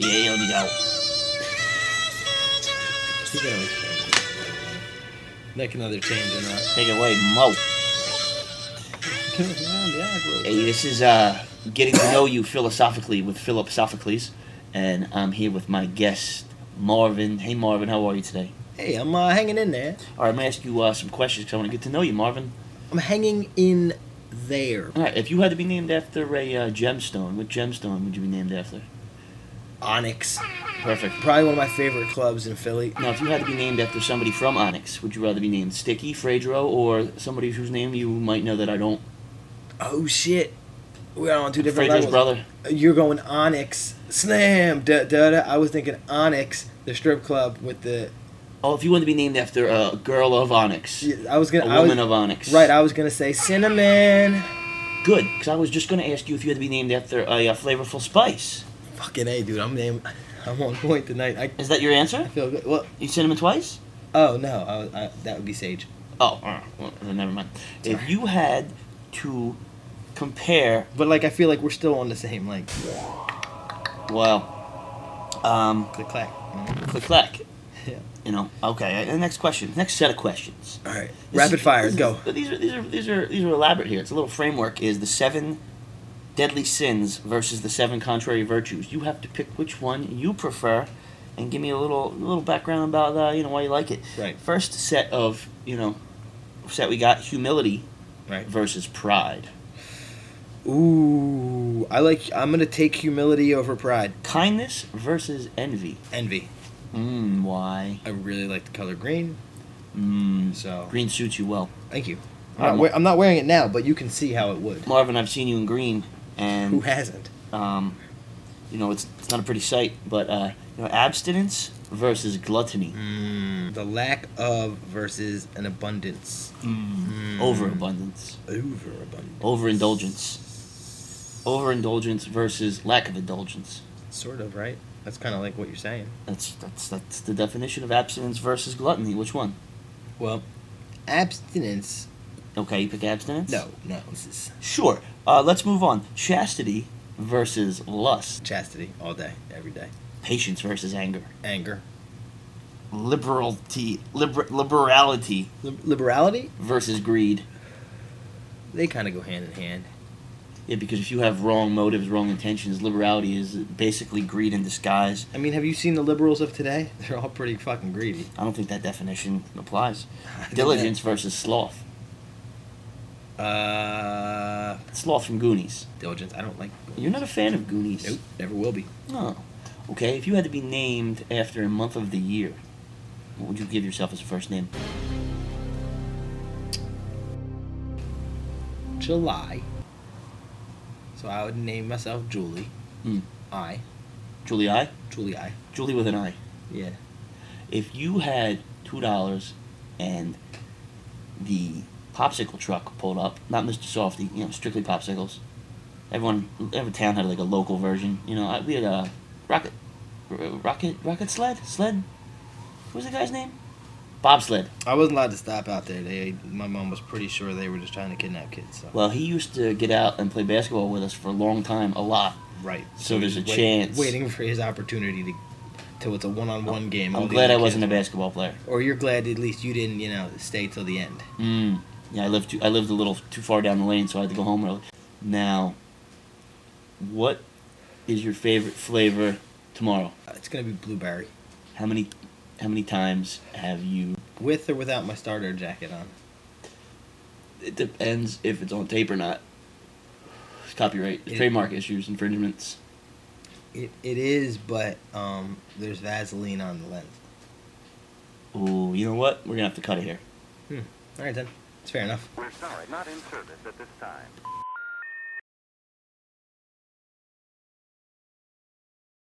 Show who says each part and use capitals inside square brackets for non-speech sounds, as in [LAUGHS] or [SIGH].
Speaker 1: 家よりだを
Speaker 2: You can always change it. That can either change or not.
Speaker 1: take it away, Mo. Hey, this is uh, getting to know you philosophically with Philip Sophocles, and I'm here with my guest Marvin. Hey, Marvin, how are you today?
Speaker 2: Hey, I'm uh, hanging in there.
Speaker 1: All right, I'm gonna ask you uh, some questions because I want to get to know you, Marvin.
Speaker 2: I'm hanging in there.
Speaker 1: All right, if you had to be named after a uh, gemstone, what gemstone would you be named after?
Speaker 2: Onyx.
Speaker 1: Perfect.
Speaker 2: Probably one of my favorite clubs in Philly.
Speaker 1: Now, if you had to be named after somebody from Onyx, would you rather be named Sticky, Fredro, or somebody whose name you might know that I don't?
Speaker 2: Oh, shit. We're on two different
Speaker 1: Fredro's
Speaker 2: levels.
Speaker 1: brother.
Speaker 2: You're going Onyx. Slam. Da, da, da. I was thinking Onyx, the strip club with the.
Speaker 1: Oh, if you wanted to be named after a girl of Onyx,
Speaker 2: I was
Speaker 1: a
Speaker 2: gonna. I was-
Speaker 1: woman of Onyx.
Speaker 2: Right, I was gonna say cinnamon.
Speaker 1: Good, because I was just going to ask you if you had to be named after a, uh flavorful spice.
Speaker 2: Fucking a, dude. I'm name. [LAUGHS] I'm on point tonight. I
Speaker 1: Is that your answer?
Speaker 2: feel good. Well,
Speaker 1: You cinnamon twice?
Speaker 2: oh no, I, was- I, that would be sage.
Speaker 1: Oh, uh, well, then never mind. If you had to compare,
Speaker 2: But like, I feel like we're still on the same like
Speaker 1: well, um,
Speaker 2: click clack.
Speaker 1: click clack.
Speaker 2: [LAUGHS] Yeah.
Speaker 1: You know, okay. uh, The next question, next set of questions.
Speaker 2: All right,
Speaker 1: This
Speaker 2: rapid
Speaker 1: is-
Speaker 2: fire.
Speaker 1: this is-
Speaker 2: Go.
Speaker 1: but These are these are these are these are elaborate here. It's a little framework. Is the seven deadly sins versus the seven contrary virtues. You have to pick which one you prefer, and give me a little little background about uh, you know why you like it.
Speaker 2: Right.
Speaker 1: First set of you know set we got humility
Speaker 2: Right.
Speaker 1: versus pride,
Speaker 2: Ooh, I like. I'm gonna take humility over pride.
Speaker 1: kindness versus envy.
Speaker 2: Envy. Hmm,
Speaker 1: Mm, why?
Speaker 2: I really like the color green.
Speaker 1: Mm,
Speaker 2: So
Speaker 1: green suits you well,
Speaker 2: thank you. I'm
Speaker 1: Alright,
Speaker 2: not, we- I'm not wearing it now, but you can see how it would.
Speaker 1: Marvin. I've seen you in green, and
Speaker 2: Who hasn't?
Speaker 1: um, you know, it's, it's not a pretty sight, but uh, you know, abstinence versus gluttony,
Speaker 2: Mm, the lack of versus an abundance. Mm.
Speaker 1: overabundance,
Speaker 2: Overabundance.
Speaker 1: overindulgence, overindulgence versus lack of indulgence.
Speaker 2: Sort of, right? That's kind of like what you're saying.
Speaker 1: That's that's that's the definition of abstinence versus gluttony. Which one?
Speaker 2: Well, abstinence.
Speaker 1: Okay, you pick abstinence.
Speaker 2: No, no, this is
Speaker 1: Sure. Uh, let's move on. Chastity versus lust.
Speaker 2: chastity all day, every day.
Speaker 1: Patience versus anger.
Speaker 2: Anger.
Speaker 1: Liberality, liber- liberality
Speaker 2: Lib- liberality?
Speaker 1: versus greed.
Speaker 2: They kind of go hand in hand.
Speaker 1: Yeah, because if you have wrong motives, wrong intentions, liberality is basically greed in disguise.
Speaker 2: I mean, have you seen the liberals of today? [LAUGHS] They're all pretty fucking greedy.
Speaker 1: I don't think that definition
Speaker 2: [LAUGHS]
Speaker 1: applies.
Speaker 2: think
Speaker 1: Diligence versus sloth.
Speaker 2: Uh,
Speaker 1: Sloth from Goonies.
Speaker 2: diligence. I don't like. [LAUGHS]
Speaker 1: You're not a fan of Goonies.
Speaker 2: Nope, never will be.
Speaker 1: No. Okay, if you had to be named after a month of the year, what would you give yourself as a first name?
Speaker 2: July. So I would name myself Julie.
Speaker 1: Hmm.
Speaker 2: I.
Speaker 1: Julie I?
Speaker 2: Julie I.
Speaker 1: Julie with an I.
Speaker 2: Yeah.
Speaker 1: If you had two dollars and the popsicle truck pulled up, not Mr. Softy, you know, strictly popsicles. Everyone, every town had like a local version. You know, I, we had a rocket, r- rocket, rocket sled, sled. What was the guy's name? Bobsled.
Speaker 2: I wasn't allowed to stop out there. They, my mom was pretty sure they were just trying to kidnap kids. So.
Speaker 1: Well, he used to get out and play basketball with us for a long time, a lot.
Speaker 2: right.
Speaker 1: so
Speaker 2: he
Speaker 1: there's
Speaker 2: was
Speaker 1: a chance.
Speaker 2: Waiting for his opportunity to, till it's a one-on-one game.
Speaker 1: I'm
Speaker 2: all the
Speaker 1: glad
Speaker 2: other
Speaker 1: I wasn't a
Speaker 2: kids-
Speaker 1: basketball player.
Speaker 2: Or you're glad at least you didn't, you know, stay till the end.
Speaker 1: Mm. Yeah, I lived too, I lived a little too far down the lane, so I had to go home early. Now, what is your favorite flavor tomorrow?
Speaker 2: Uh, It's gonna be blueberry,
Speaker 1: How many how many times have you?
Speaker 2: with or without my starter jacket on.
Speaker 1: It depends if it's on tape or not. Copyright,
Speaker 2: It-
Speaker 1: trademark issues, infringements.
Speaker 2: It, it is, but um, there's Vaseline on the lens.
Speaker 1: Ooh, you know what? We're gonna have to cut it here.
Speaker 2: All right, then. It's fair enough.
Speaker 3: We're sorry, not in service at this time.